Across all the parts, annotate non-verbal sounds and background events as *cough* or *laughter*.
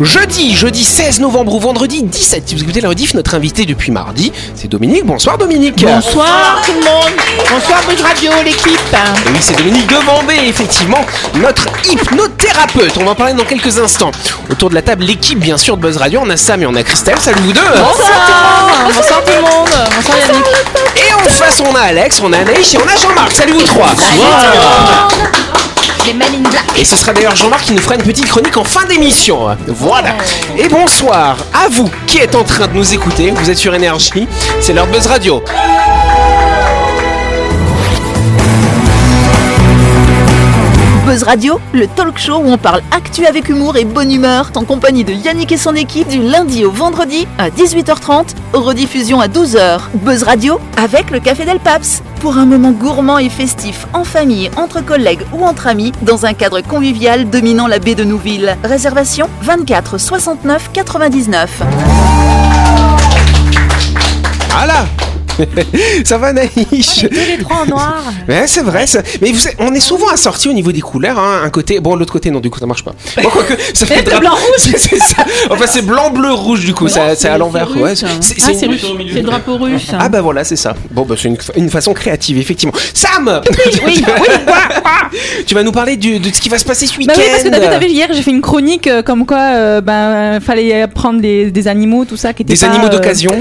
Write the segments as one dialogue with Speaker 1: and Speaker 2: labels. Speaker 1: jeudi, jeudi 16 novembre ou vendredi 17. Si vous écoutez la rediff, notre invité depuis mardi, c'est Dominique. Bonsoir Dominique.
Speaker 2: Bonsoir tout le monde. Bonsoir Bug Radio, l'équipe.
Speaker 1: Et oui, c'est Dominique de Vendée, effectivement, notre hypnothérapeute. On va en parler dans quelques instants. Autour de la table, l'équipe, bien sûr, de Buzz Radio. On a Sam et on a Christelle. Salut vous deux.
Speaker 2: Bonsoir. Bonsoir tout le monde. Bonsoir Yannick.
Speaker 1: Et en face, on a Alex, on a Anaïs et on a Jean-Marc. Salut vous trois.
Speaker 3: Les Men in Black.
Speaker 1: Et ce sera d'ailleurs Jean-Marc qui nous fera une petite chronique en fin d'émission. Voilà. Et bonsoir à vous qui êtes en train de nous écouter. Vous êtes sur Énergie. C'est l'heure de Buzz Radio.
Speaker 4: Buzz Radio, le talk show où on parle actu avec humour et bonne humeur, en compagnie de Yannick et son équipe du lundi au vendredi à 18h30, rediffusion à 12h. Buzz Radio avec le Café Del Paps, pour un moment gourmand et festif en famille, entre collègues ou entre amis, dans un cadre convivial dominant la baie de Nouville. Réservation 24 69 99.
Speaker 1: Ah là *laughs* Ça va, Naïch
Speaker 3: Les trois en noir.
Speaker 1: Ouais, c'est vrai. ça- Mais vous savez, on est souvent assortis au niveau des couleurs. hein. Un côté, bon, l'autre côté, non, du coup, ça marche pas. Bon, quoique, ça fait drap- C'est *laughs* c'est ça. Enfin, c'est blanc, bleu, rouge, du coup. ça- C'est à l'envers. Ouais,
Speaker 2: C'est
Speaker 1: c'est-
Speaker 5: hein.
Speaker 2: russe.
Speaker 1: c'est-
Speaker 2: Ah,
Speaker 1: c'est
Speaker 2: c'est
Speaker 1: une-
Speaker 2: russe. C'est le drapeau russe.
Speaker 1: Ah bah voilà, c'est ça. Bon, bah c'est une, une façon créative, effectivement. Sam *laughs* Tu vas nous parler du- de ce qui va se passer ce
Speaker 5: Bah
Speaker 1: week-end.
Speaker 5: oui, parce que t'as vu, t'as vu, hier j'ai fait une chronique euh, comme quoi euh, ben fallait prendre des, des animaux tout ça qui étaient
Speaker 1: des
Speaker 5: pas,
Speaker 1: animaux
Speaker 5: euh,
Speaker 1: d'occasion.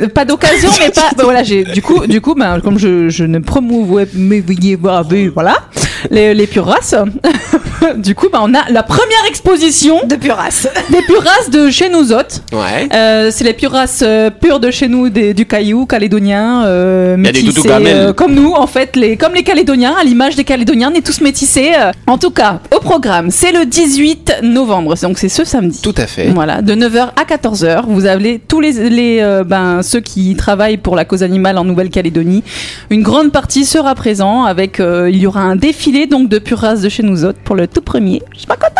Speaker 5: euh, pas d'occasion mais
Speaker 1: *laughs*
Speaker 5: pas bah, voilà j'ai du coup du coup ben comme je, je ne promouvais mais voilà les, les pures races *laughs* du coup ben on a la première exposition
Speaker 3: De pure race.
Speaker 5: des pures races de chez nous autres
Speaker 1: Ouais.
Speaker 5: Euh, c'est les pures races euh, pures de chez nous, des- du caillou calédonien, euh,
Speaker 6: y a des
Speaker 5: métissés,
Speaker 6: toutous gamelles.
Speaker 5: euh, comme nous en fait, les, comme les calédoniens, à l'image des calédoniens, on est tous métissés. euh. En tout cas, au programme, c'est le 18 novembre, donc c'est ce samedi.
Speaker 1: Tout à fait.
Speaker 5: Voilà, de 9h à 14h, vous avez tous les, les euh, ben, ceux qui travaillent pour la cause animale en Nouvelle-Calédonie. Une grande partie sera présent avec euh, il y aura un défilé donc de pure race de chez nous autres pour le tout premier. Je suis pas contente.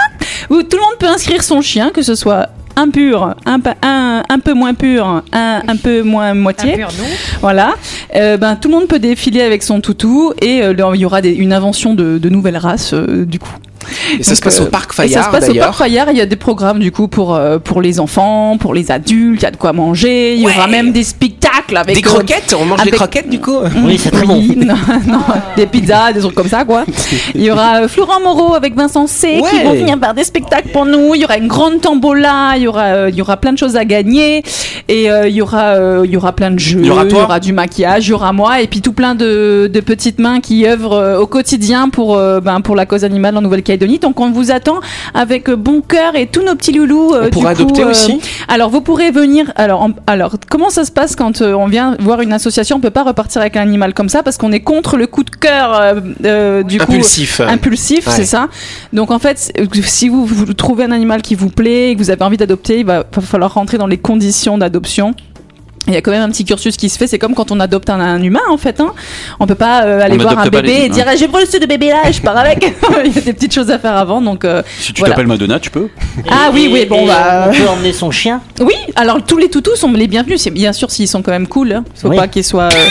Speaker 5: Où tout le monde peut inscrire son chien que ce soit impur, un, pa- un, un peu moins pur, un, un peu moins moitié. Voilà. Euh, ben, tout le monde peut défiler avec son toutou et euh, il y aura des- une invention de, de nouvelles races euh, du coup.
Speaker 1: Et ça
Speaker 5: Donc,
Speaker 1: se passe au
Speaker 5: euh,
Speaker 1: parc
Speaker 5: Et ça
Speaker 1: Fayard
Speaker 5: se passe au Parc
Speaker 1: d'ailleurs.
Speaker 5: Fayard. Il y a des programmes du coup pour euh, pour les enfants, pour les adultes. Il y a de quoi manger. Il y aura même des spectacles avec
Speaker 1: Des
Speaker 5: euh,
Speaker 1: croquettes, on mange des
Speaker 5: avec-
Speaker 1: croquettes du coup.
Speaker 5: oui, c'est très bon. *laughs* des pizzas, des trucs comme ça, quoi. Il y aura euh, Florent Moreau avec Vincent C
Speaker 1: Ouais.
Speaker 5: qui vont venir faire des spectacles pour nous. Il y aura une grande tombola, il y aura, euh, il y aura plein de choses à gagner et euh, il y aura, euh, il y aura plein de jeux.
Speaker 6: Il y aura toi.
Speaker 5: du maquillage, il y aura moi et puis tout plein de, de petites mains qui œuvrent euh, au quotidien pour, euh, ben, pour la cause animale en Nouvelle-Calédonie. Donc on vous attend avec euh, bon cœur et tous nos petits loulous. euh,
Speaker 1: On
Speaker 5: du
Speaker 1: pourra
Speaker 5: coup,
Speaker 1: adopter
Speaker 5: euh,
Speaker 1: aussi.
Speaker 5: alors vous pourrez venir. Alors, en- alors comment ça se passe quand euh, on vient voir une association On peut pas repartir avec un animal comme ça parce qu'on est contre le coup de cœur euh, euh, du coup.
Speaker 1: Impulsif.
Speaker 5: Impulsif,
Speaker 1: Ouais.
Speaker 5: c'est ça. Donc en fait, c'est- si vous, vous trouvez un animal qui vous plaît et que vous avez envie d'adopter, il va, va falloir rentrer dans les conditions d'adoption. Il y a quand même un petit cursus qui se fait. C'est comme quand on adopte un, un humain en fait. Hein. On peut pas euh, aller voir un
Speaker 6: n'adopte pas les
Speaker 5: bébé et
Speaker 6: humains.
Speaker 5: dire Ah, j'ai brûlé ce bébé là, je pars avec. *laughs* il y a des petites choses à faire avant. Donc euh,
Speaker 6: Si tu
Speaker 5: Voilà.
Speaker 6: t'appelles Madonna, tu peux.
Speaker 5: ah oui oui bon bah.
Speaker 7: On peut emmener son chien.
Speaker 5: Oui, alors tous les toutous sont les bienvenus, c'est bien sûr s'ils sont quand même cool. hein. Faut
Speaker 7: Oui.
Speaker 5: pas qu'ils soient. euh,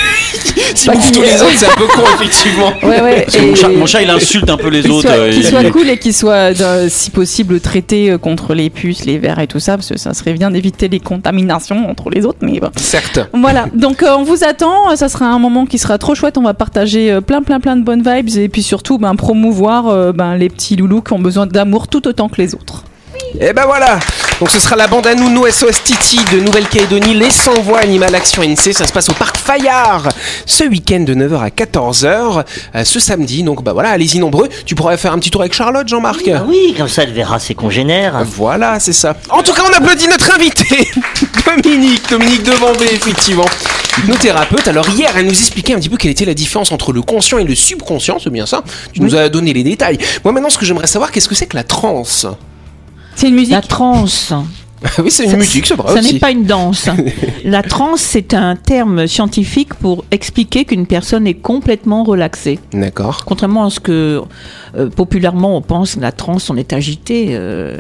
Speaker 1: Si
Speaker 5: Pas
Speaker 1: vous
Speaker 5: qu'il-
Speaker 1: tous les autres, c'est un peu con effectivement.
Speaker 5: *laughs* Ouais, ouais.
Speaker 6: Parce que mon, chat, mon chat, il insulte un peu les
Speaker 5: *laughs* qu'ils
Speaker 6: autres.
Speaker 5: soient-
Speaker 6: euh,
Speaker 5: qu'ils
Speaker 6: il-
Speaker 5: soient
Speaker 6: il-
Speaker 5: cool et qu'ils soient, euh, si possible, traités euh, contre les puces, les vers et tout ça, parce que ça serait bien d'éviter les contaminations entre les autres, mais bon.
Speaker 1: Certes.
Speaker 5: Voilà, donc euh, on vous attend, euh, ça sera un moment qui sera trop chouette, on va partager euh, plein plein plein de bonnes vibes et puis surtout ben, promouvoir euh, ben, les petits loulous qui ont besoin d'amour tout autant que les autres.
Speaker 1: Et ben voilà Donc ce sera la bande à Nounou SOS Titi de Nouvelle-Calédonie, les 100 voix Animal Action NC, ça se passe au Parc Fayard ce week-end de 9h à 14h, euh, ce samedi, donc bah voilà, allez-y nombreux, tu pourrais faire un petit tour avec Charlotte, Jean-Marc
Speaker 7: Ah oui, comme ça elle verra ses congénères.
Speaker 1: Ah, Voilà, c'est ça. En tout cas, on applaudit notre invité, *laughs* Dominique, Dominique de Vendée, effectivement. Hypnothérapeute, alors hier, elle nous expliquait un petit peu quelle était la différence entre le conscient et le subconscient, c'est bien ça Tu nous as donné les détails. Moi maintenant, ce que j'aimerais savoir, qu'est-ce que c'est que la transe *laughs*
Speaker 5: C'est une musique
Speaker 2: La transe.
Speaker 1: Oui, c'est une
Speaker 2: Ça-
Speaker 1: musique, c'est vrai
Speaker 2: Ça
Speaker 1: aussi.
Speaker 2: n'est pas
Speaker 1: *laughs*
Speaker 2: une danse. La transe, c'est un terme scientifique pour expliquer qu'une personne est complètement relaxée.
Speaker 1: D'accord.
Speaker 2: Contrairement à ce que euh, populairement on pense, la transe, on est agité euh,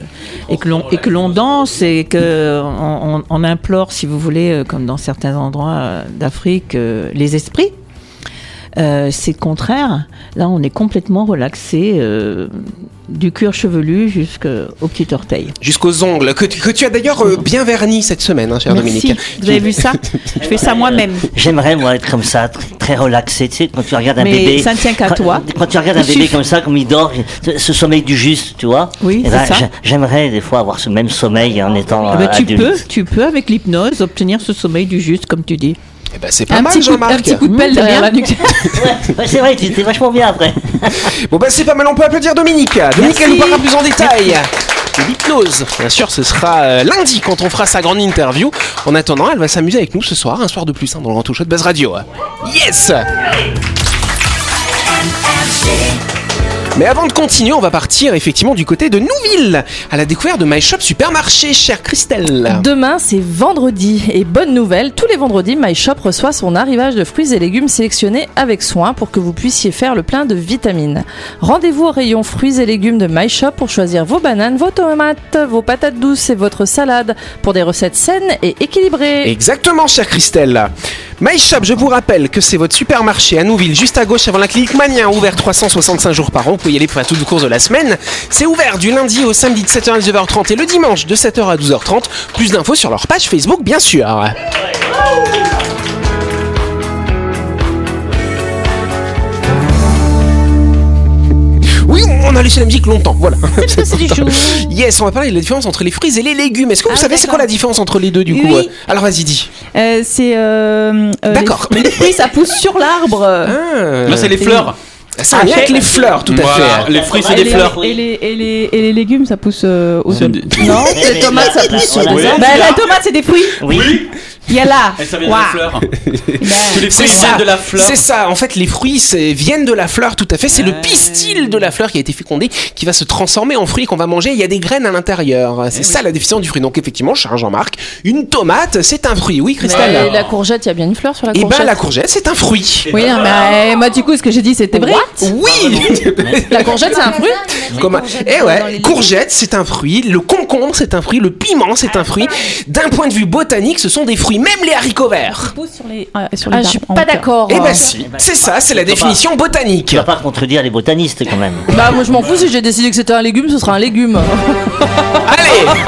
Speaker 2: et que l'on et que l'on danse et que on, on- on implore, si vous voulez, euh, comme dans certains endroits euh, d'Afrique, euh, les esprits. Euh, c'est le contraire. Là, on est complètement relaxé. euh, du cuir chevelu jusqu'au petit orteil.
Speaker 1: Jusqu'aux ongles, que, tu- que tu as d'ailleurs euh, bien verni cette semaine, hein, cher
Speaker 2: Merci.
Speaker 1: Dominique.
Speaker 2: Vous avez vu ça Je fais ça moi-même.
Speaker 7: J'aimerais moi être comme ça, tr- très relaxé. Tu sais, quand tu regardes un
Speaker 2: Mais
Speaker 7: bébé,
Speaker 2: ça ne tient qu'à
Speaker 7: quand-
Speaker 2: toi.
Speaker 7: Quand tu regardes un
Speaker 2: Il
Speaker 7: bébé
Speaker 2: suffit.
Speaker 7: comme ça, comme il dort, ce- ce sommeil du juste, tu vois.
Speaker 2: Oui,
Speaker 7: Eh
Speaker 2: c'est ça.
Speaker 7: j'a- J'aimerais des fois avoir ce même sommeil en étant
Speaker 2: Eh ben,
Speaker 7: euh,
Speaker 2: tu
Speaker 7: adulte.
Speaker 2: peux, tu peux avec l'hypnose obtenir ce sommeil du juste, comme tu dis.
Speaker 1: Eh ben, c'est pas
Speaker 5: Un
Speaker 1: mal,
Speaker 5: petit, coup, un
Speaker 1: Jean-Marc.
Speaker 5: petit coup de
Speaker 2: Mmh,
Speaker 5: pelle
Speaker 2: c'est
Speaker 5: derrière
Speaker 2: bien.
Speaker 5: la nuque.
Speaker 7: Ouais, ouais, c'est vrai, tu étais vachement bien après.
Speaker 1: Bon bah c'est pas mal, on peut applaudir Dominique. Dominique, elle nous parlera plus en détail. de L'hypnose. Bien sûr, ce sera euh, lundi quand on fera sa grande interview. En attendant, elle va s'amuser avec nous ce soir, un soir de plus hein, dans le Grand Talk Show de Buzz Radio. Yes mais avant de continuer, on va partir effectivement du côté de Nouville, à la découverte de My Shop Supermarché, chère
Speaker 5: Ah.
Speaker 1: Christelle.
Speaker 3: Demain, c'est vendredi. Et bonne nouvelle, tous les vendredis, My Shop reçoit son arrivage de fruits et légumes sélectionnés avec soin pour que vous puissiez faire le plein de vitamines. Rendez-vous au rayon fruits et légumes de My Shop pour choisir vos bananes, vos tomates, vos patates douces et votre salade pour des recettes saines et équilibrées.
Speaker 1: Exactement, chère Christelle. My Shop, je vous rappelle que c'est votre supermarché à Nouville, juste à gauche avant la clinique Mania, ouvert 365 jours par an. Vous pouvez y aller pour faire toutes vos courses de la semaine. C'est ouvert du lundi au samedi de 7h à 19h30 et le dimanche de 7h à 12h30. Plus d'infos sur leur page Facebook, bien sûr. Oui, on a laissé la musique longtemps,
Speaker 2: *laughs*
Speaker 1: voilà. Yes, on va parler de la différence entre les fruits et les légumes. Est-ce que vous
Speaker 2: Ah,
Speaker 1: savez c'est
Speaker 2: d'accord.
Speaker 1: quoi la différence entre les deux du coup
Speaker 2: Oui.
Speaker 1: Alors vas-y, dis.
Speaker 5: Euh, c'est. euh, euh,
Speaker 1: D'accord.
Speaker 5: les- les fruits, ça pousse sur *laughs* l'arbre.
Speaker 1: Ah.
Speaker 6: Là, Bah, c'est les fleurs.
Speaker 1: Ça a un lien avec les fleurs, tout à
Speaker 6: Voilà,
Speaker 1: fait.
Speaker 6: Les fruits, c'est
Speaker 7: Et
Speaker 6: des
Speaker 5: les,
Speaker 6: fleurs.
Speaker 5: Et les, et les, et les légumes, ça pousse euh, aux
Speaker 6: C'est
Speaker 5: autres.
Speaker 6: des-
Speaker 5: Non, *laughs*
Speaker 7: *laughs* Mais- mais-
Speaker 5: les tomates, ça pousse sur
Speaker 7: voilà.
Speaker 5: des
Speaker 7: Oui.
Speaker 5: arbres. Bah, la tomate, c'est des fruits.
Speaker 7: Oui,
Speaker 5: Il y a là.
Speaker 6: Et ça vient de
Speaker 5: *laughs*
Speaker 6: la fleur. Tous les
Speaker 1: C'est
Speaker 6: fruits
Speaker 1: ça.
Speaker 6: viennent de la fleur.
Speaker 1: C'est ça. En fait, les fruits c'est- viennent de la fleur, tout à fait. C'est le pistil de la fleur qui a été fécondé, qui va se transformer en fruit qu'on va manger. Il y a des graines à l'intérieur. C'est ça la définition du fruit. Donc effectivement, cher Jean-Marc, une tomate, c'est un fruit. Oui,
Speaker 3: Et
Speaker 1: Christelle.
Speaker 3: la courgette, il y a bien une fleur sur la
Speaker 1: Et
Speaker 3: courgette.
Speaker 1: ben la courgette, c'est un fruit.
Speaker 5: Oui, non, mais euh, moi, du coup, ce que j'ai dit, c'était vrai.
Speaker 7: bah
Speaker 1: Oui.
Speaker 3: La courgette, c'est un fruit.
Speaker 1: *laughs* Comme... Eh ouais, courgette, c'est un fruit. Le concombre, c'est un fruit. Le piment, c'est un
Speaker 3: Ah,
Speaker 1: fruit. D'un point de vue botanique, ce sont des fruits. Même les haricots verts.
Speaker 5: pousse sur les, ah, sur les
Speaker 3: Ah, je suis
Speaker 5: arbres, en
Speaker 3: pas
Speaker 5: hauteur.
Speaker 3: d'accord.
Speaker 1: Eh ben si, c'est ça, c'est la définition botanique.
Speaker 7: tu vas pas contredire les botanistes quand même.
Speaker 3: Bah, moi, je m'en fous. Si j'ai décidé que c'était un légume, ce sera un légume.
Speaker 1: Allez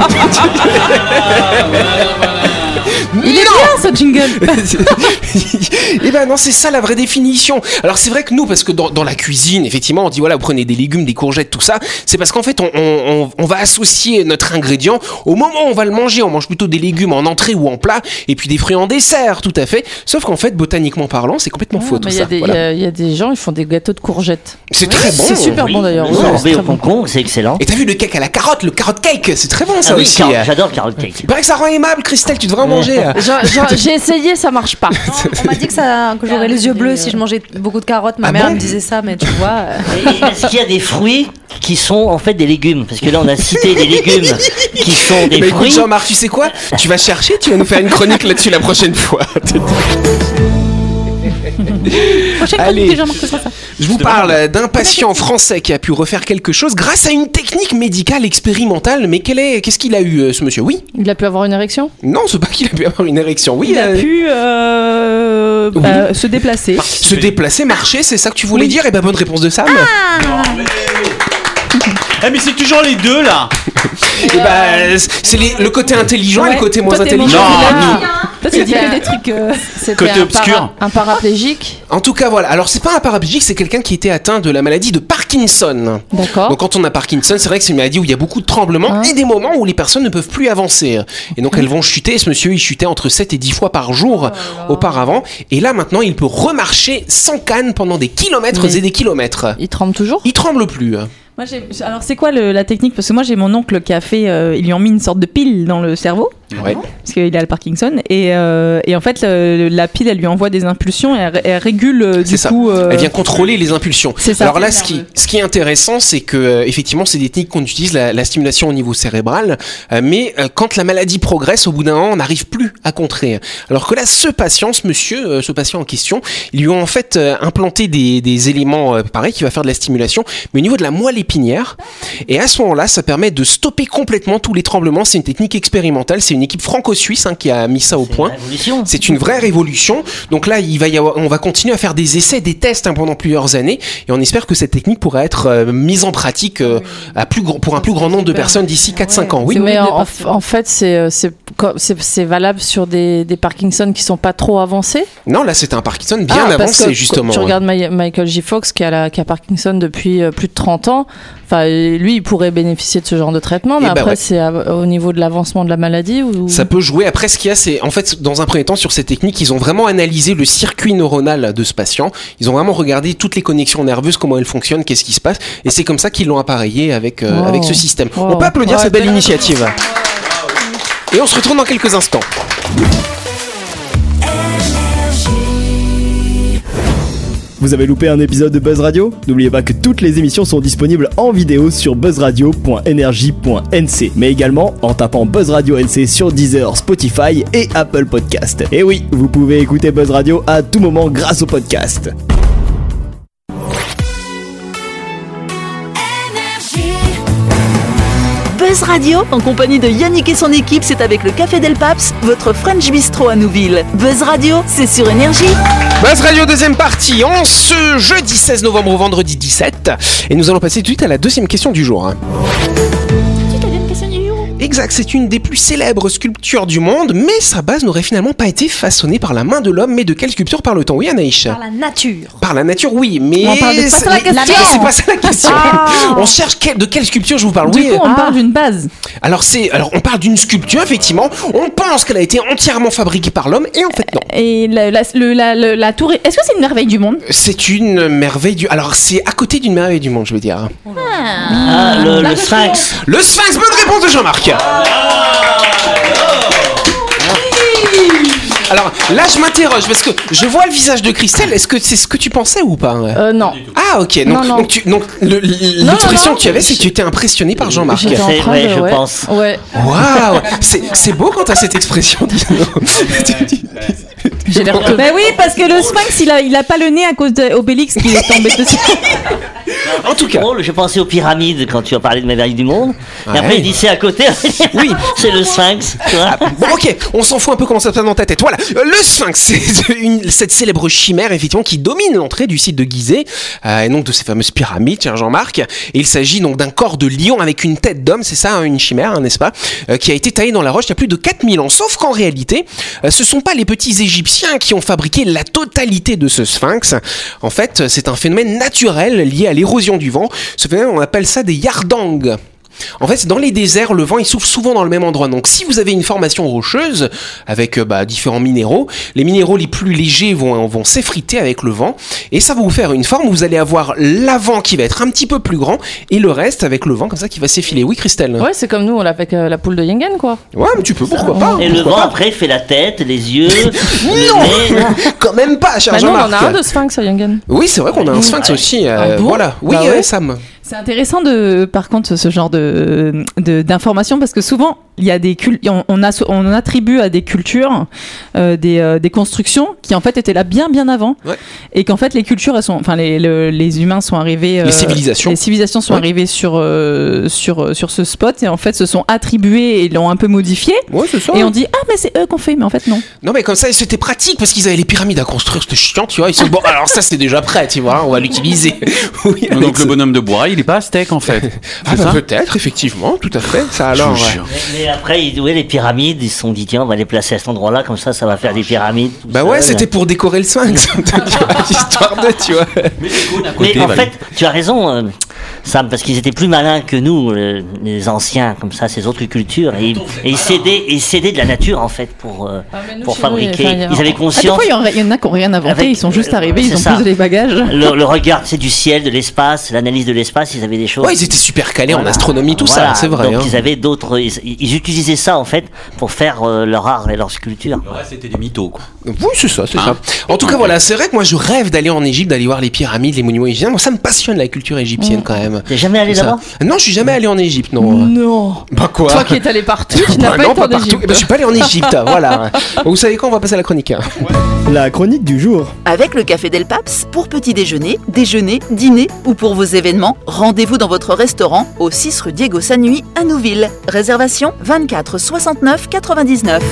Speaker 5: Il est bien, ce jingle.
Speaker 1: *laughs* Eh ben non, c'est ça la vraie définition. Alors c'est vrai que nous, parce que dans, dans la cuisine, effectivement, on dit voilà, vous prenez des légumes, des courgettes, tout ça. C'est parce qu'en fait, on, on- on- on va associer notre ingrédient au moment où on va le manger. On mange plutôt des légumes en entrée ou en plat, et puis des fruits en dessert, tout à fait. Sauf qu'en fait, botaniquement parlant, c'est complètement faux tout
Speaker 3: Ah, Mais il y,
Speaker 1: ça.
Speaker 3: a des-
Speaker 1: Voilà.
Speaker 3: il y a- il y a des gens, ils font des gâteaux de courgettes.
Speaker 1: C'est très bon.
Speaker 3: C'est super bon d'ailleurs.
Speaker 7: Le
Speaker 3: Ouais, c'est
Speaker 7: sorbet
Speaker 3: très
Speaker 7: au
Speaker 3: bon.
Speaker 7: concombre, c'est excellent.
Speaker 1: Et t'as vu le cake à la carotte, le carotte cake, c'est très bon ça
Speaker 7: Ah oui,
Speaker 1: aussi. hein.
Speaker 7: car- j'adore carrot cake.
Speaker 1: Il paraît que ça rend aimable, Christelle, tu devrais en manger.
Speaker 3: Genre- genre, J'ai essayé, ça marche pas.
Speaker 8: On m'a dit que, ça- que j'aurais les yeux bleus si je mangeais beaucoup de carottes. Ma
Speaker 1: Ah
Speaker 8: mère
Speaker 1: bon
Speaker 8: elle me disait ça, mais tu vois. euh,
Speaker 7: Et Est-ce qu'il y a des fruits qui sont en fait des légumes Parce que là, on a cité des légumes qui sont des
Speaker 1: Bah écoute
Speaker 7: fruits.
Speaker 1: Jean-Marc, tu sais quoi Tu vas chercher, tu vas nous faire une chronique là-dessus la prochaine
Speaker 5: *laughs*
Speaker 1: fois.
Speaker 5: Prochaine
Speaker 1: Allez.
Speaker 5: chronique, Jean-Marc, hein. ce sera ça.
Speaker 1: Je vous parle d'un patient français qui a pu refaire quelque chose grâce à une technique médicale expérimentale. Mais quel est, qu'est-ce qu'il a eu, euh, ce monsieur Oui
Speaker 3: Il a pu avoir une érection
Speaker 1: Non, c'est pas qu'il a pu avoir une érection. Oui,
Speaker 5: Il a
Speaker 1: euh,
Speaker 5: pu euh,
Speaker 1: Oui.
Speaker 5: euh, se déplacer.
Speaker 1: se déplacer, marcher, c'est ça que tu voulais dire Et ben bonne réponse de Sam.
Speaker 5: Ah,
Speaker 6: Eh, mais c'est toujours les deux là.
Speaker 1: Et ben c'est les- le côté intelligent et
Speaker 5: Ouais.
Speaker 1: le côté moins
Speaker 5: Toi, t'es
Speaker 1: intelligent.
Speaker 5: moins
Speaker 6: Non,
Speaker 5: intelligent. hein. Toi, tu dis que des trucs. euh,
Speaker 3: C'était
Speaker 6: Côté
Speaker 3: un
Speaker 6: obscur.
Speaker 3: para- un paraplégique
Speaker 1: En tout cas, voilà. Alors c'est pas un paraplégique, c'est quelqu'un qui était atteint de la maladie de Parkinson.
Speaker 3: D'accord.
Speaker 1: Donc quand on a Parkinson, c'est vrai que c'est une maladie où il y a beaucoup de tremblements et des moments où les personnes ne peuvent plus avancer. Et donc elles vont chuter. Ce monsieur, il chutait entre 7 et 10 fois par jour auparavant. Et là maintenant, il peut remarcher sans canne pendant des kilomètres
Speaker 3: Mais-
Speaker 1: et des kilomètres.
Speaker 3: Il tremble toujours
Speaker 1: Il tremble plus. hein.
Speaker 5: Moi, j'ai- alors, c'est quoi le- la technique Parce que moi, j'ai mon oncle qui a fait. euh, ils lui ont mis une sorte de pile dans le cerveau,
Speaker 1: Ouais.
Speaker 5: parce qu'il a le Parkinson. Et, euh, et en fait, le- la pile, elle lui envoie des impulsions et elle, elle régule euh,
Speaker 1: C'est
Speaker 5: du
Speaker 1: ça.
Speaker 5: coup. euh,
Speaker 1: Elle vient contrôler les impulsions.
Speaker 5: C'est ça,
Speaker 1: Alors
Speaker 5: c'est
Speaker 1: là, ce qui,
Speaker 5: nerveux.
Speaker 1: ce qui est intéressant, c'est que euh, effectivement, c'est des techniques qu'on utilise, la, la stimulation au niveau cérébral, euh, mais euh, quand la maladie progresse, au bout d'un an, on n'arrive plus à contrer. Alors que là, ce patient, ce monsieur, euh, ce patient en question, ils lui ont en fait euh, implanté des, des éléments euh, pareils qui va faire de la stimulation, mais au niveau de la moelle épinière. Et à ce moment-là, ça permet de stopper complètement tous les tremblements. C'est une technique expérimentale, c'est une une équipe franco-suisse hein, qui a mis ça au point.
Speaker 7: Révolution.
Speaker 1: C'est une vraie révolution. Donc là, il va y avoir, on va continuer à faire des essais, des tests hein, pendant plusieurs années, et on espère que cette technique pourra être euh, mise en pratique euh, à plus gr- pour un plus grand nombre de personnes d'ici 4-5 ans. Oui.
Speaker 5: C'est-
Speaker 3: Mais
Speaker 5: horrible
Speaker 3: en,
Speaker 5: partout.
Speaker 3: en fait, c'est, euh, c'est co- c'est- c'est valable sur des, des Parkinson qui sont pas trop avancés.
Speaker 1: Non, là, c'était un Parkinson bien
Speaker 3: Ah, parce que
Speaker 1: avancé justement.
Speaker 3: Tu
Speaker 1: hein.
Speaker 3: regardes Mi- Michael J. Fox qui a, la- qui a Parkinson depuis euh, plus de 30 ans. Enfin, euh, lui, il pourrait bénéficier de ce genre de traitement,
Speaker 1: Eh
Speaker 3: mais
Speaker 1: ben
Speaker 3: après,
Speaker 1: ouais.
Speaker 3: c'est à- au niveau de l'avancement de la maladie ou
Speaker 1: Ça peut jouer. Après, ce qu'il y a, c'est en fait, dans un premier temps, sur ces techniques, ils ont vraiment analysé le circuit neuronal de ce patient. Ils ont vraiment regardé toutes les connexions nerveuses, comment elles fonctionnent, qu'est-ce qui se passe. Et c'est comme ça qu'ils l'ont appareillé avec, euh,
Speaker 3: Wow.
Speaker 1: avec ce système.
Speaker 3: Wow.
Speaker 1: On peut applaudir
Speaker 3: Ouais,
Speaker 1: cette belle
Speaker 3: belle
Speaker 1: initiative. Et on se retrouve dans quelques instants.
Speaker 9: Vous avez loupé un épisode de Buzz Radio N'oubliez pas que toutes les émissions sont disponibles en vidéo sur buzzradio.energie.nc, mais également en tapant Buzz Radio NC sur Deezer, Spotify et Apple Podcast. Et oui, vous pouvez écouter Buzz Radio à tout moment grâce au podcast.
Speaker 4: Buzz Radio, en compagnie de Yannick et son équipe, c'est avec le Café Del Paps, votre French Bistro à Nouville. Buzz Radio, c'est sur Énergie.
Speaker 1: Buzz Radio, deuxième partie, en ce jeudi 16 novembre au vendredi 17. Et nous allons passer tout de suite à la deuxième question du jour. hein. Exact, c'est une des plus célèbres sculptures du monde, mais sa base n'aurait finalement pas été façonnée par la main de l'homme, mais de quelle sculpture parle-t-on Oui, Anaïs
Speaker 8: Par la nature.
Speaker 1: Par la nature, oui, mais.
Speaker 8: On parle de- c'est pas ça la
Speaker 1: mais-
Speaker 8: question.
Speaker 1: C'est pas ça la question.
Speaker 8: Ah.
Speaker 1: On cherche quel- de quelle sculpture je vous parle.
Speaker 5: Du
Speaker 1: oui,
Speaker 5: coup, on
Speaker 3: Ah.
Speaker 1: euh,
Speaker 5: parle d'une base.
Speaker 1: alors c'est, alors on parle d'une sculpture effectivement. On pense qu'elle a été entièrement fabriquée par l'homme et en fait non.
Speaker 5: Et la, la- le- la- le- la tour. est- Est-ce que c'est une merveille du monde
Speaker 1: C'est une merveille du. Alors c'est à côté d'une merveille du monde, je veux dire.
Speaker 7: Ah, le, le Sphinx.
Speaker 1: Le Sphinx, bonne réponse de Jean-Marc. Alors là, je m'interroge parce que je vois le visage de Christelle. Est-ce que c'est ce que tu pensais ou pas
Speaker 3: Euh, non.
Speaker 1: Ah ok. Donc,
Speaker 3: Non, non.
Speaker 1: donc tu- donc, le- l'expression
Speaker 3: non,
Speaker 1: que tu avais, c'est que tu étais impressionné par Jean-Marc.
Speaker 3: J'étais en
Speaker 7: C'est
Speaker 3: train
Speaker 7: vrai,
Speaker 3: de-
Speaker 7: je
Speaker 3: ouais.
Speaker 7: pense.
Speaker 3: Ouais.
Speaker 1: Waouh c'est, c'est beau quand t'as cette expression, Dino.
Speaker 3: *laughs* J'ai l'air de- Oh.
Speaker 5: Bah oui, parce que le sphinx, il a, il a pas le nez à cause d'Obélix qui est tombé dessus.
Speaker 1: En tout cas.
Speaker 7: Drôle, Oh, je pensais aux pyramides quand tu as parlé de merveille du monde. Et
Speaker 1: Ouais.
Speaker 7: après, il dit c'est à côté.
Speaker 1: Oui.
Speaker 7: *laughs*
Speaker 1: Ah,
Speaker 7: c'est le Sphinx. Tu vois.
Speaker 1: Bon, ok, on s'en fout un peu comment ça se passe dans ta tête. Voilà, Euh, le sphinx, *laughs* c'est une- cette célèbre chimère, effectivement, qui domine l'entrée du site de Gizeh, euh, et donc de ces fameuses pyramides, cher Jean-Marc. Et il s'agit donc d'un corps de lion avec une tête d'homme, c'est ça, hein, une chimère, hein, n'est-ce pas Euh, Qui a été taillée dans la roche il y a plus de 4000 ans. Sauf qu'en réalité, euh, ce sont pas les petits Égyptiens qui ont fabriqué la totalité de ce sphinx. En fait, c'est un phénomène naturel lié à l'érosion du vent. Ce phénomène, on appelle ça des yardangs. En fait, dans les déserts, le vent il souffle souvent dans le même endroit. Donc, si vous avez une formation rocheuse avec euh, bah, différents minéraux, les minéraux les plus légers vont, vont s'effriter avec le vent et ça va vous faire une forme où vous allez avoir l'avant qui va être un petit peu plus grand et le reste avec le vent comme ça qui va s'effiler. Oui, Christelle
Speaker 3: *laughs* Ouais, c'est comme nous, on l'a fait avec euh, la poule de Yengen, quoi.
Speaker 1: Ouais, mais tu peux, pourquoi pas
Speaker 7: Et le
Speaker 1: pourquoi
Speaker 7: vent
Speaker 1: pas.
Speaker 7: après fait la tête, les
Speaker 1: *laughs*
Speaker 7: yeux,
Speaker 1: Non.
Speaker 7: le nez.
Speaker 1: *laughs* Quand même pas, cher
Speaker 3: Bah non, on en
Speaker 1: Jean-Marc
Speaker 3: a un de sphinx à Yengen.
Speaker 1: Oui, c'est vrai qu'on a un sphinx
Speaker 7: Ouais.
Speaker 1: aussi. euh,
Speaker 5: Ah bon
Speaker 1: voilà. Oui,
Speaker 5: Bah ouais.
Speaker 1: euh, Sam.
Speaker 5: C'est intéressant de, par contre, ce genre de de- d'informations parce que souvent il y a des cul- on, on, asso- on attribue à des cultures euh, des, euh, des constructions qui en fait étaient là bien bien avant
Speaker 1: Ouais.
Speaker 5: et qu'en fait les cultures elles sont, enfin les, le- les humains sont arrivés, euh,
Speaker 1: Les civilisations.
Speaker 5: les civilisations sont
Speaker 1: Ouais.
Speaker 5: arrivées sur euh, sur sur ce spot et en fait se sont attribuées et l'ont un peu modifié
Speaker 1: Ouais, c'est ça.
Speaker 5: et on dit ah mais c'est eux qu'on fait mais en fait non.
Speaker 1: Non mais comme ça c'était pratique parce qu'ils avaient les pyramides à construire, c'était chiant, tu vois. Ils se disent, bon alors ça c'est déjà prêt, tu vois, on va l'utiliser. Oui, avec
Speaker 6: Donc
Speaker 1: ce-
Speaker 6: le bonhomme de bois, il est pas aztèque en fait.
Speaker 1: Ah
Speaker 6: C'est
Speaker 1: bah
Speaker 6: ça
Speaker 1: peut-être, effectivement, tout à fait. Ça alors.
Speaker 6: Je vous
Speaker 1: ouais.
Speaker 6: jure.
Speaker 7: Mais, mais après, ils ouais, les pyramides, ils se sont dit tiens, on va les placer à cet endroit-là, comme ça, ça va faire des pyramides. tout
Speaker 1: Bah ouais,
Speaker 7: seul.
Speaker 1: c'était pour décorer le sphinx, *laughs* tu vois, histoire de, tu vois.
Speaker 7: Mais
Speaker 6: Côté,
Speaker 7: en
Speaker 6: voilà.
Speaker 7: fait, tu as raison, euh, Sam, parce qu'ils étaient plus malins que nous, euh, les anciens, comme ça, ces autres cultures. Et, et ils cédaient, et ils cédaient de la nature, en fait, pour, euh, pour fabriquer. ils avaient
Speaker 5: Ah, des
Speaker 7: conscience.
Speaker 5: fois il y en a- il y en a qui ont rien inventé,
Speaker 7: Avec-
Speaker 5: ils sont
Speaker 1: euh,
Speaker 5: juste arrivés,
Speaker 7: c'est
Speaker 5: ils ont
Speaker 7: ça.
Speaker 5: posé les bagages.
Speaker 7: Le, le regard, c'est du ciel, de l'espace, l'analyse de l'espace, ils avaient des choses.
Speaker 1: Ouais, ils étaient super calés en
Speaker 7: Voilà.
Speaker 1: astronomie, tout
Speaker 7: Voilà.
Speaker 1: ça, c'est vrai.
Speaker 7: Donc
Speaker 1: hein.
Speaker 7: ils avaient d'autres, ils, ils utilisaient ça en fait pour faire euh, leur art et leur sculpture.
Speaker 6: Le reste, c'était des mythos. quoi.
Speaker 1: Oui, c'est ça, c'est
Speaker 6: Hein
Speaker 1: ça. En tout cas, voilà, c'est vrai que moi je rêve d'aller en Égypte, d'aller voir les pyramides, les monuments égyptiens. Moi, ça me passionne la culture égyptienne quand même.
Speaker 7: T'es jamais allé
Speaker 1: Ça.
Speaker 7: là-bas
Speaker 1: Non, je suis jamais allé en Égypte, non.
Speaker 5: *laughs* Non.
Speaker 1: Bah quoi
Speaker 5: Mm. Toi qui es allé partout, tu n'as
Speaker 1: Bah
Speaker 5: pas
Speaker 1: non,
Speaker 5: été en
Speaker 1: partout.
Speaker 5: Égypte.
Speaker 1: Eh ben, je suis pas allé en Égypte,
Speaker 3: *laughs*
Speaker 1: voilà. Vous savez quoi On va passer à la chronique. hein.
Speaker 9: La chronique du jour.
Speaker 4: Avec le Café Del Paps, pour petit déjeuner, déjeuner, dîner ou pour vos événements, rendez-vous dans votre restaurant au 6 rue Diego Sanui à Nouville. Réservation 24 69 99.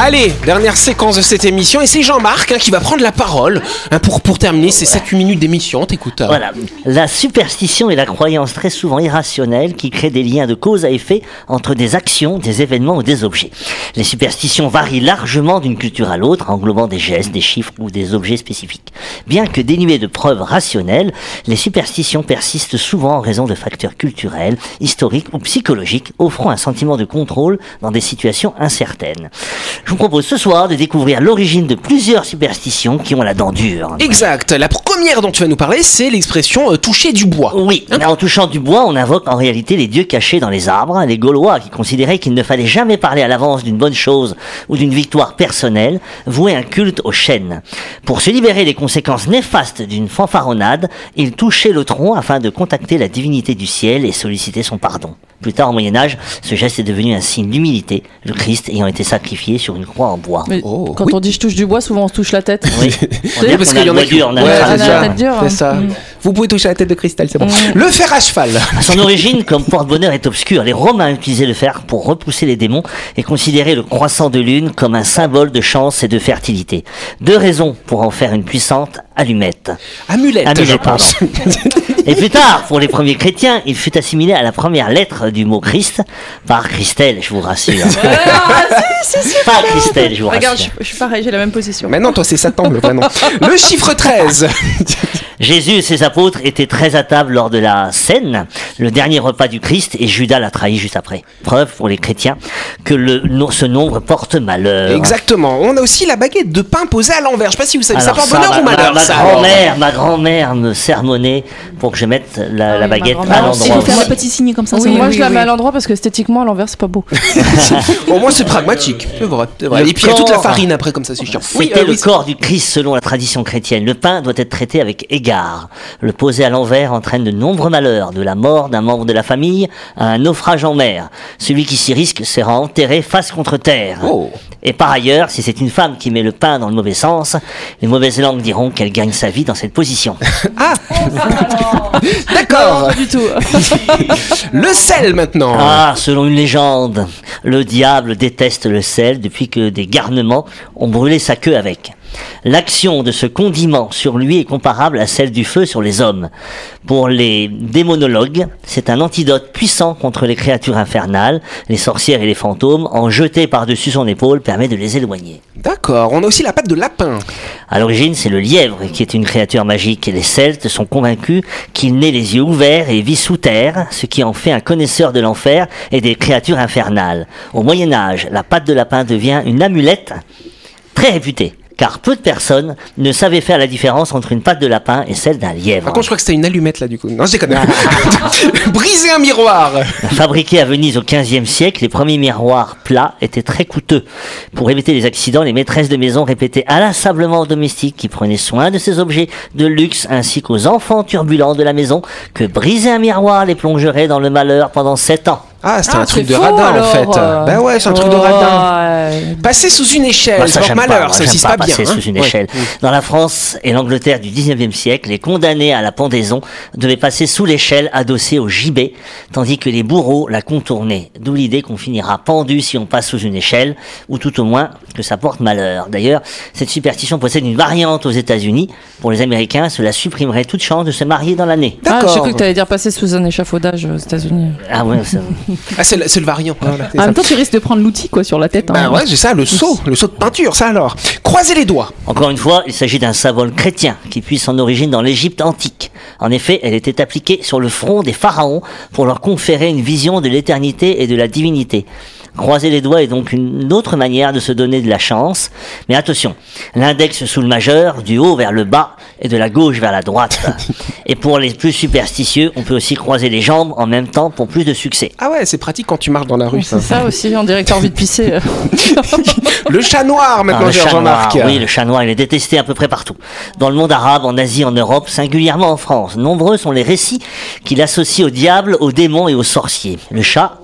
Speaker 1: Allez, dernière séquence de cette émission, et c'est Jean-Marc hein, qui va prendre la parole hein, pour, pour terminer ces 7-8 minutes d'émission, t'écoutes. hein.
Speaker 7: Voilà. La superstition est la croyance très souvent irrationnelle qui crée des liens de cause à effet entre des actions, des événements ou des objets. Les superstitions varient largement d'une culture à l'autre, englobant des gestes, des chiffres ou des objets spécifiques. Bien que dénuées de preuves rationnelles, les superstitions persistent souvent en raison de facteurs culturels, historiques ou psychologiques, offrant un sentiment de contrôle dans des situations incertaines. Je vous propose ce soir de découvrir l'origine de plusieurs superstitions qui ont la dent dure.
Speaker 1: Exact, la première dont tu vas nous parler, c'est l'expression euh, toucher du bois.
Speaker 7: Oui, mais Eh en touchant du bois, on invoque en réalité les dieux cachés dans les arbres, les Gaulois qui considéraient qu'il ne fallait jamais parler à l'avance d'une bonne chose ou d'une victoire personnelle, vouaient un culte aux chênes. Pour se libérer des conséquences néfastes d'une fanfaronnade, ils touchaient le tronc afin de contacter la divinité du ciel et solliciter son pardon. Plus tard, au Moyen Âge, ce geste est devenu un signe d'humilité, le Christ ayant été sacrifié sur une croix en bois.
Speaker 3: Mais
Speaker 1: Oh,
Speaker 3: quand
Speaker 1: oui.
Speaker 3: on dit je touche du bois, souvent on se touche la tête.
Speaker 7: Oui, on
Speaker 1: Oui,
Speaker 7: dirait qu'on a le doigt
Speaker 1: qui-
Speaker 7: dur, on a
Speaker 1: Ouais,
Speaker 7: le doigt
Speaker 1: c'est
Speaker 3: la
Speaker 1: ça.
Speaker 3: tête dure,
Speaker 1: C'est
Speaker 3: hein. Mm.
Speaker 1: ça. Vous pouvez toucher la tête de cristal, c'est bon. Le fer à cheval.
Speaker 7: À son origine, comme porte-bonheur est obscur, les Romains utilisaient le fer pour repousser les démons et considéraient le croissant de lune comme un symbole de chance et de fertilité. Deux raisons pour en faire une puissante allumette.
Speaker 1: Amulette,
Speaker 7: Amulette,
Speaker 1: je pense. *laughs*
Speaker 7: Et plus tard, pour les premiers chrétiens, il fut assimilé à la première lettre du mot Christ par Christelle, je
Speaker 5: *laughs*
Speaker 7: vous rassure.
Speaker 5: Bah
Speaker 7: Pas Christelle,
Speaker 1: Bah,
Speaker 7: je vous
Speaker 5: Regarde,
Speaker 7: rassure.
Speaker 5: je, je suis pareil, j'ai la même position.
Speaker 1: Maintenant, toi, c'est Satan, le vrai nom. Le chiffre 13.
Speaker 7: *laughs* Jésus et ses apôtres étaient très à table lors de la scène, le dernier repas du Christ, et Judas l'a trahi juste après. Preuve pour les chrétiens que le, no- ce nombre porte malheur.
Speaker 1: Exactement. On a aussi la baguette de pain posée à l'envers. Je sais pas si vous savez, ça
Speaker 7: Alors
Speaker 1: porte bonheur
Speaker 7: ma-
Speaker 1: ou malheur,
Speaker 7: ma, ma
Speaker 1: ça
Speaker 7: grand-mère, ma grand-mère me sermonnait pour que je mette
Speaker 5: Ah
Speaker 7: la, la baguette à
Speaker 5: Alors, il
Speaker 7: l'endroit.
Speaker 5: faut
Speaker 7: où-
Speaker 5: faire le petit signe comme ça.
Speaker 3: Oui, moi je la mets à l'endroit parce que esthétiquement à l'envers c'est pas beau.
Speaker 1: *laughs* Au moins, c'est pragmatique. C'est vrai, c'est vrai.
Speaker 7: Le
Speaker 1: Et puis, il y a toute la
Speaker 7: corps.
Speaker 1: farine après, comme ça, c'est chiant.
Speaker 7: C'était
Speaker 1: euh,
Speaker 7: le corps du Christ selon la tradition chrétienne. Le pain doit être traité avec égard. Le poser à l'envers entraîne de nombreux malheurs, de la mort d'un membre de la famille à un naufrage en mer. Celui qui s'y risque sera enterré face contre terre.
Speaker 1: Oh.
Speaker 7: Et par ailleurs, si c'est une femme qui met le pain dans le mauvais sens, les mauvaises langues diront qu'elle gagne sa vie dans cette position.
Speaker 1: Ah D'accord
Speaker 5: Pas du tout.
Speaker 1: *laughs* Le sel maintenant
Speaker 7: Ah, selon une légende, le diable déteste le sel depuis que des garnements ont brûlé sa queue avec. L'action de ce condiment sur lui est comparable à celle du feu sur les hommes. Pour les démonologues, c'est un antidote puissant contre les créatures infernales. Les sorcières et les fantômes, en jetés par-dessus son épaule, permet de les éloigner.
Speaker 1: D'accord, on a aussi la pâte de lapin.
Speaker 7: À l'origine, c'est le lièvre qui est une créature magique et les Celtes sont convaincus qu'il naît les yeux ouverts et vit sous terre, ce qui en fait un connaisseur de l'enfer et des créatures infernales. Au Moyen Âge, la patte de lapin devient une amulette très réputée, car peu de personnes ne savaient faire la différence entre une patte de lapin et celle d'un lièvre.
Speaker 1: Par contre, je crois que c'était une allumette là du coup. Non, je déconne. *laughs* Briser un miroir
Speaker 7: Fabriqués à Venise au XVe siècle, les premiers miroirs plats étaient très coûteux. Pour éviter les accidents, les maîtresses de maison répétaient inlassablement aux domestiques qui prenaient soin de ces objets de luxe ainsi qu'aux enfants turbulents de la maison que briser un miroir les plongerait dans le malheur pendant sept ans.
Speaker 1: Ah, c'était
Speaker 3: Ah,
Speaker 1: un truc
Speaker 3: c'est
Speaker 1: de
Speaker 3: faux,
Speaker 1: radin en
Speaker 3: alors,
Speaker 1: fait.
Speaker 3: euh.
Speaker 1: Bah ouais, c'est un truc de
Speaker 3: Oh,
Speaker 1: radin.
Speaker 5: Ah,
Speaker 3: ouais.
Speaker 1: Passer sous une échelle,
Speaker 7: Moi,
Speaker 1: c'est pas
Speaker 7: j'aime
Speaker 1: Euh, malheur,
Speaker 7: moi,
Speaker 1: ça
Speaker 7: j'aime
Speaker 1: aussi c'est
Speaker 7: pas
Speaker 1: pas bien.
Speaker 7: passer
Speaker 1: hein.
Speaker 7: sous une
Speaker 1: Ouais.
Speaker 7: échelle. Dans la France et l'Angleterre du 19e siècle, les condamnés à la pendaison devaient passer sous l'échelle adossée au gibet, tandis que les bourreaux la contournaient. D'où l'idée qu'on finira pendu si on passe sous une échelle, ou tout au moins que ça porte malheur. D'ailleurs, cette superstition possède une variante aux États-Unis. Pour les Américains, cela supprimerait toute chance de se marier dans l'année.
Speaker 3: Ah,
Speaker 1: D'accord.
Speaker 3: j'ai cru que t'allais dire passer sous un échafaudage aux États-Unis.
Speaker 7: Ah ouais, ça-
Speaker 1: Ah, c'est le, c'est le variant. Voilà, c'est
Speaker 5: En
Speaker 1: ça.
Speaker 5: même temps, tu risques de prendre l'outil quoi sur la tête.
Speaker 1: Bah
Speaker 5: hein.
Speaker 1: ouais, c'est ça, le saut, le saut de peinture, ça alors. Croiser les doigts.
Speaker 7: Encore une fois, il s'agit d'un symbole chrétien qui puise son origine dans l'Égypte antique. En effet, elle était appliquée sur le front des pharaons pour leur conférer une vision de l'éternité et de la divinité. Croiser les doigts est donc une autre manière de se donner de la chance. Mais attention, l'index sous le majeur, du haut vers le bas et de la gauche vers la droite. et pour les plus superstitieux, on peut aussi croiser les jambes en même temps pour plus de succès.
Speaker 1: Ah ouais, c'est pratique quand tu marches dans la rue, ça.
Speaker 3: C'est ça aussi, en direct, t'as envie de
Speaker 1: *laughs*
Speaker 3: pisser. euh.
Speaker 1: Le chat noir,
Speaker 7: Ah,
Speaker 1: maintenant,
Speaker 7: le
Speaker 1: Gérard
Speaker 7: chat noir,
Speaker 1: Jean-Marc.
Speaker 7: oui, le chat noir, il est détesté à peu près partout. Dans le monde arabe, en Asie, en Europe, singulièrement en France. Nombreux sont les récits qu'il associe au diable, aux démons et aux sorciers. Le chat,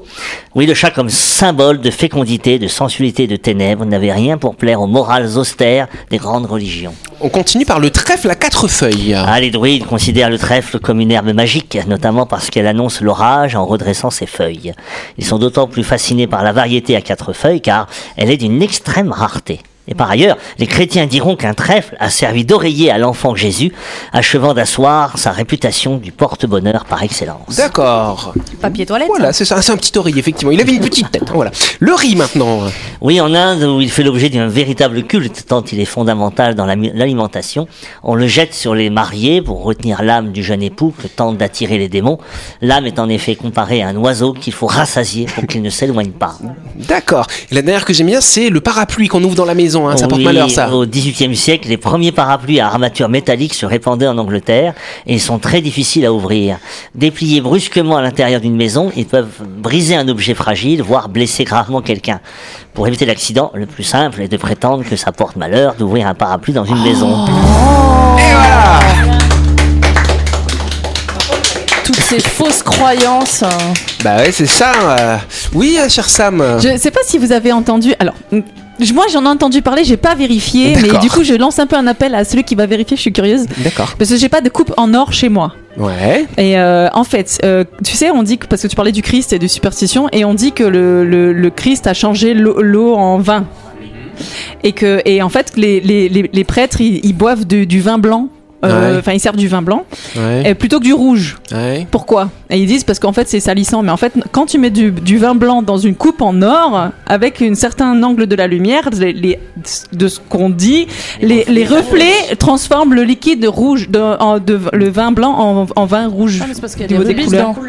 Speaker 7: oui, le chat comme symbole de fécondité, de sensualité, de ténèbres, n'avait rien pour plaire aux morales austères des grandes religions.
Speaker 1: On continue par le trèfle à quatre feuilles.
Speaker 7: Ah, les druides considèrent le trèfle comme une herbe magique, notamment parce qu'elle annonce l'orage en redressant ses feuilles. Ils sont d'autant plus fascinés par la variété à quatre feuilles car elle est d'une extrême rareté. Et par ailleurs, les chrétiens diront qu'un trèfle a servi d'oreiller à l'enfant Jésus, achevant d'asseoir sa réputation du porte-bonheur par excellence.
Speaker 1: D'accord.
Speaker 8: Papier
Speaker 5: hein.
Speaker 8: toilette.
Speaker 1: Voilà, c'est ça, c'est un petit oreiller, effectivement. Il avait une petite tête. hein, Voilà. Le riz, maintenant.
Speaker 7: Oui, en Inde, où il fait l'objet d'un véritable culte, tant il est fondamental dans l'ami- l'alimentation, on le jette sur les mariés pour retenir l'âme du jeune époux que tente d'attirer les démons. L'âme est en effet comparée à un oiseau qu'il faut rassasier pour qu'il ne s'éloigne pas.
Speaker 1: D'accord. Et la dernière que j'aime bien, c'est le parapluie qu'on ouvre dans la maison. hein. Ça porte
Speaker 7: Oui,
Speaker 1: malheur, ça.
Speaker 7: Au XVIIIe siècle, les premiers parapluies à armature métallique se répandaient en Angleterre et ils sont très difficiles à ouvrir. Dépliés brusquement à l'intérieur d'une maison, ils peuvent briser un objet fragile, voire blesser gravement quelqu'un. Pour éviter l'accident, le plus simple est de prétendre que ça porte malheur d'ouvrir un parapluie dans une
Speaker 1: Oh.
Speaker 7: maison.
Speaker 3: Toutes ces fausses croyances. hein.
Speaker 1: Bah ouais, c'est ça. euh. Oui, euh, cher Sam.
Speaker 5: Je sais pas si vous avez entendu. Alors. je- Moi, j'en ai entendu parler, j'ai pas vérifié, mais
Speaker 1: D'accord.
Speaker 5: du coup, je lance un peu un appel à celui qui va vérifier. Je suis curieuse
Speaker 1: D'accord.
Speaker 5: parce que j'ai pas de coupe en or chez moi.
Speaker 1: Ouais.
Speaker 5: Et euh, en fait, euh, tu sais, on dit que parce que tu parlais du Christ et des superstitions, et on dit que le, le, le Christ a changé l'eau l'eau en vin. Et que et en fait, les, les, les, les prêtres, ils, ils boivent du, du vin blanc. Euh,
Speaker 1: Ouais.
Speaker 5: Enfin, ils servent du vin blanc
Speaker 1: Ouais.
Speaker 5: euh, plutôt que du rouge.
Speaker 1: ouais.
Speaker 5: Pourquoi Et ils disent parce qu'en fait c'est salissant. Mais en fait, quand tu mets du, du vin blanc dans une coupe en or, avec un certain angle de la lumière, les- les- de ce qu'on dit, les, les reflets transforment le liquide rouge, de, en- de- le vin blanc en, en vin rouge.
Speaker 3: Ah, mais c'est parce qu'il y a
Speaker 5: Niveau
Speaker 3: des
Speaker 5: des
Speaker 3: rubis
Speaker 5: couleurs.
Speaker 3: dedans.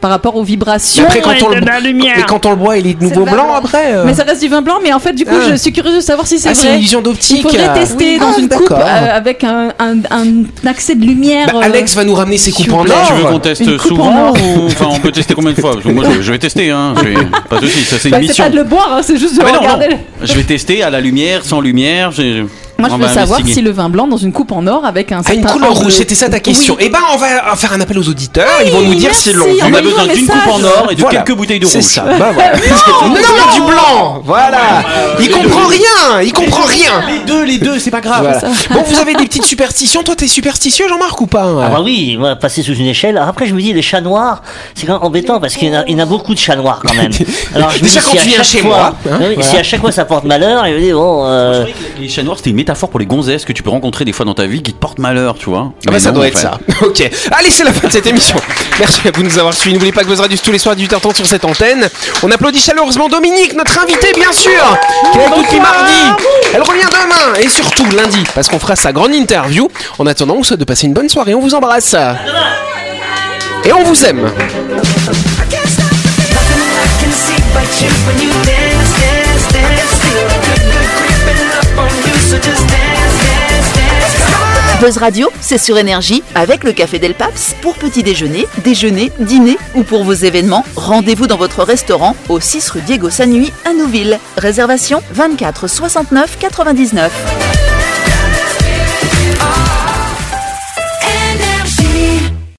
Speaker 5: Par rapport aux vibrations.
Speaker 1: Après, quand on le-
Speaker 5: de la
Speaker 1: Et
Speaker 5: lumière.
Speaker 1: quand on le boit, il est de nouveau
Speaker 8: le vin
Speaker 1: blanc
Speaker 8: blanc.
Speaker 1: après. euh.
Speaker 5: Mais ça reste du vin blanc, mais en fait, du coup,
Speaker 1: Ah.
Speaker 5: je suis curieuse de savoir si c'est
Speaker 1: Ah, c'est une
Speaker 5: vrai.
Speaker 1: illusion
Speaker 5: Il
Speaker 1: d'optique.
Speaker 5: faudrait tester dans
Speaker 1: Ah,
Speaker 5: une coupe
Speaker 1: d'accord.
Speaker 5: euh, avec un, un- un accès de lumière.
Speaker 1: Bah,
Speaker 5: euh,
Speaker 1: Alex va nous ramener ses
Speaker 5: s'il
Speaker 1: coupes
Speaker 5: vous
Speaker 1: en
Speaker 5: plaît.
Speaker 1: or.
Speaker 5: Tu
Speaker 6: Tu veux qu'on
Speaker 5: Oh, Une
Speaker 6: teste
Speaker 5: coupe en
Speaker 6: souvent
Speaker 5: or.
Speaker 6: ou... Enfin, on peut tester combien de fois Parce que moi, je, je vais tester, hein. je vais- Pas de soucis, ça c'est une
Speaker 5: bah, c'est
Speaker 6: mission.
Speaker 5: pas de le boire, hein, c'est juste de
Speaker 6: Ah, mais non,
Speaker 5: regarder.
Speaker 6: non. Je vais tester à la lumière, sans lumière. j'ai-
Speaker 5: Moi, je
Speaker 6: on
Speaker 5: veux
Speaker 6: va
Speaker 5: savoir
Speaker 6: investiguer.
Speaker 5: si le vin blanc dans une coupe en or avec un
Speaker 1: Ah, une
Speaker 5: certain
Speaker 1: couleur
Speaker 5: angle-
Speaker 1: rouge, c'était ça ta question.
Speaker 5: Oui.
Speaker 1: Eh ben, on va faire un appel aux auditeurs. Ils vont nous dire si l'on
Speaker 5: merci,
Speaker 6: On a
Speaker 5: Envoyez-nous
Speaker 6: besoin
Speaker 5: un
Speaker 6: d'une coupe
Speaker 5: message.
Speaker 6: en or et de
Speaker 1: Voilà.
Speaker 6: quelques bouteilles de rouge.
Speaker 1: C'est ça. Bah, voilà. non, du blanc. Voilà. Il comprend rien. Il comprend rien.
Speaker 6: Les deux, les deux, c'est pas grave.
Speaker 1: Voilà. Bon, vous avez des petites superstitions. Toi, t'es superstitieux, Jean-Marc, ou pas hein
Speaker 7: Ah bah oui, moi, passer sous une échelle. Alors après, je me dis, les chats noirs, c'est quand même embêtant parce qu'il y, en a- il y en a beaucoup de chats noirs
Speaker 1: *laughs*
Speaker 7: quand même. Alors je me
Speaker 1: Déjà,
Speaker 7: dis,
Speaker 1: quand
Speaker 7: si
Speaker 1: tu
Speaker 7: à
Speaker 1: viens
Speaker 7: chaque
Speaker 1: chez
Speaker 7: fois-
Speaker 1: moi, hein,
Speaker 7: Oui, oui, si à chaque fois ça porte malheur, je me dis, bon, euh,
Speaker 6: Les chats noirs, c'était une métaphore pour les gonzesses que tu peux rencontrer des fois dans ta vie qui te portent malheur, tu
Speaker 1: Ah
Speaker 6: vois.
Speaker 1: bah
Speaker 6: Mais
Speaker 1: ça
Speaker 6: non,
Speaker 1: doit
Speaker 6: en
Speaker 1: être
Speaker 6: fait.
Speaker 1: ça. *laughs* Ok. Allez, c'est la fin de cette émission. Merci à vous de nous avoir suivis. N'oubliez pas que Buzz Radio c'est tous les soirs à 18h30 sur cette antenne. On applaudit chaleureusement Dominique, notre invitée, bien sûr, qui est là depuis mardi. Elle revient demain et surtout lundi, parce qu'on fera sa grande interview. En attendant, on vous souhaite de passer une bonne soirée. On vous embrasse. Et on vous aime.
Speaker 4: Buzz Radio, c'est sur énergie avec le Café Del Paps pour petit déjeuner, déjeuner, dîner ou pour vos événements. Rendez-vous dans votre restaurant au 6 rue Diego Sanui à Nouville. Réservation 24 69 99.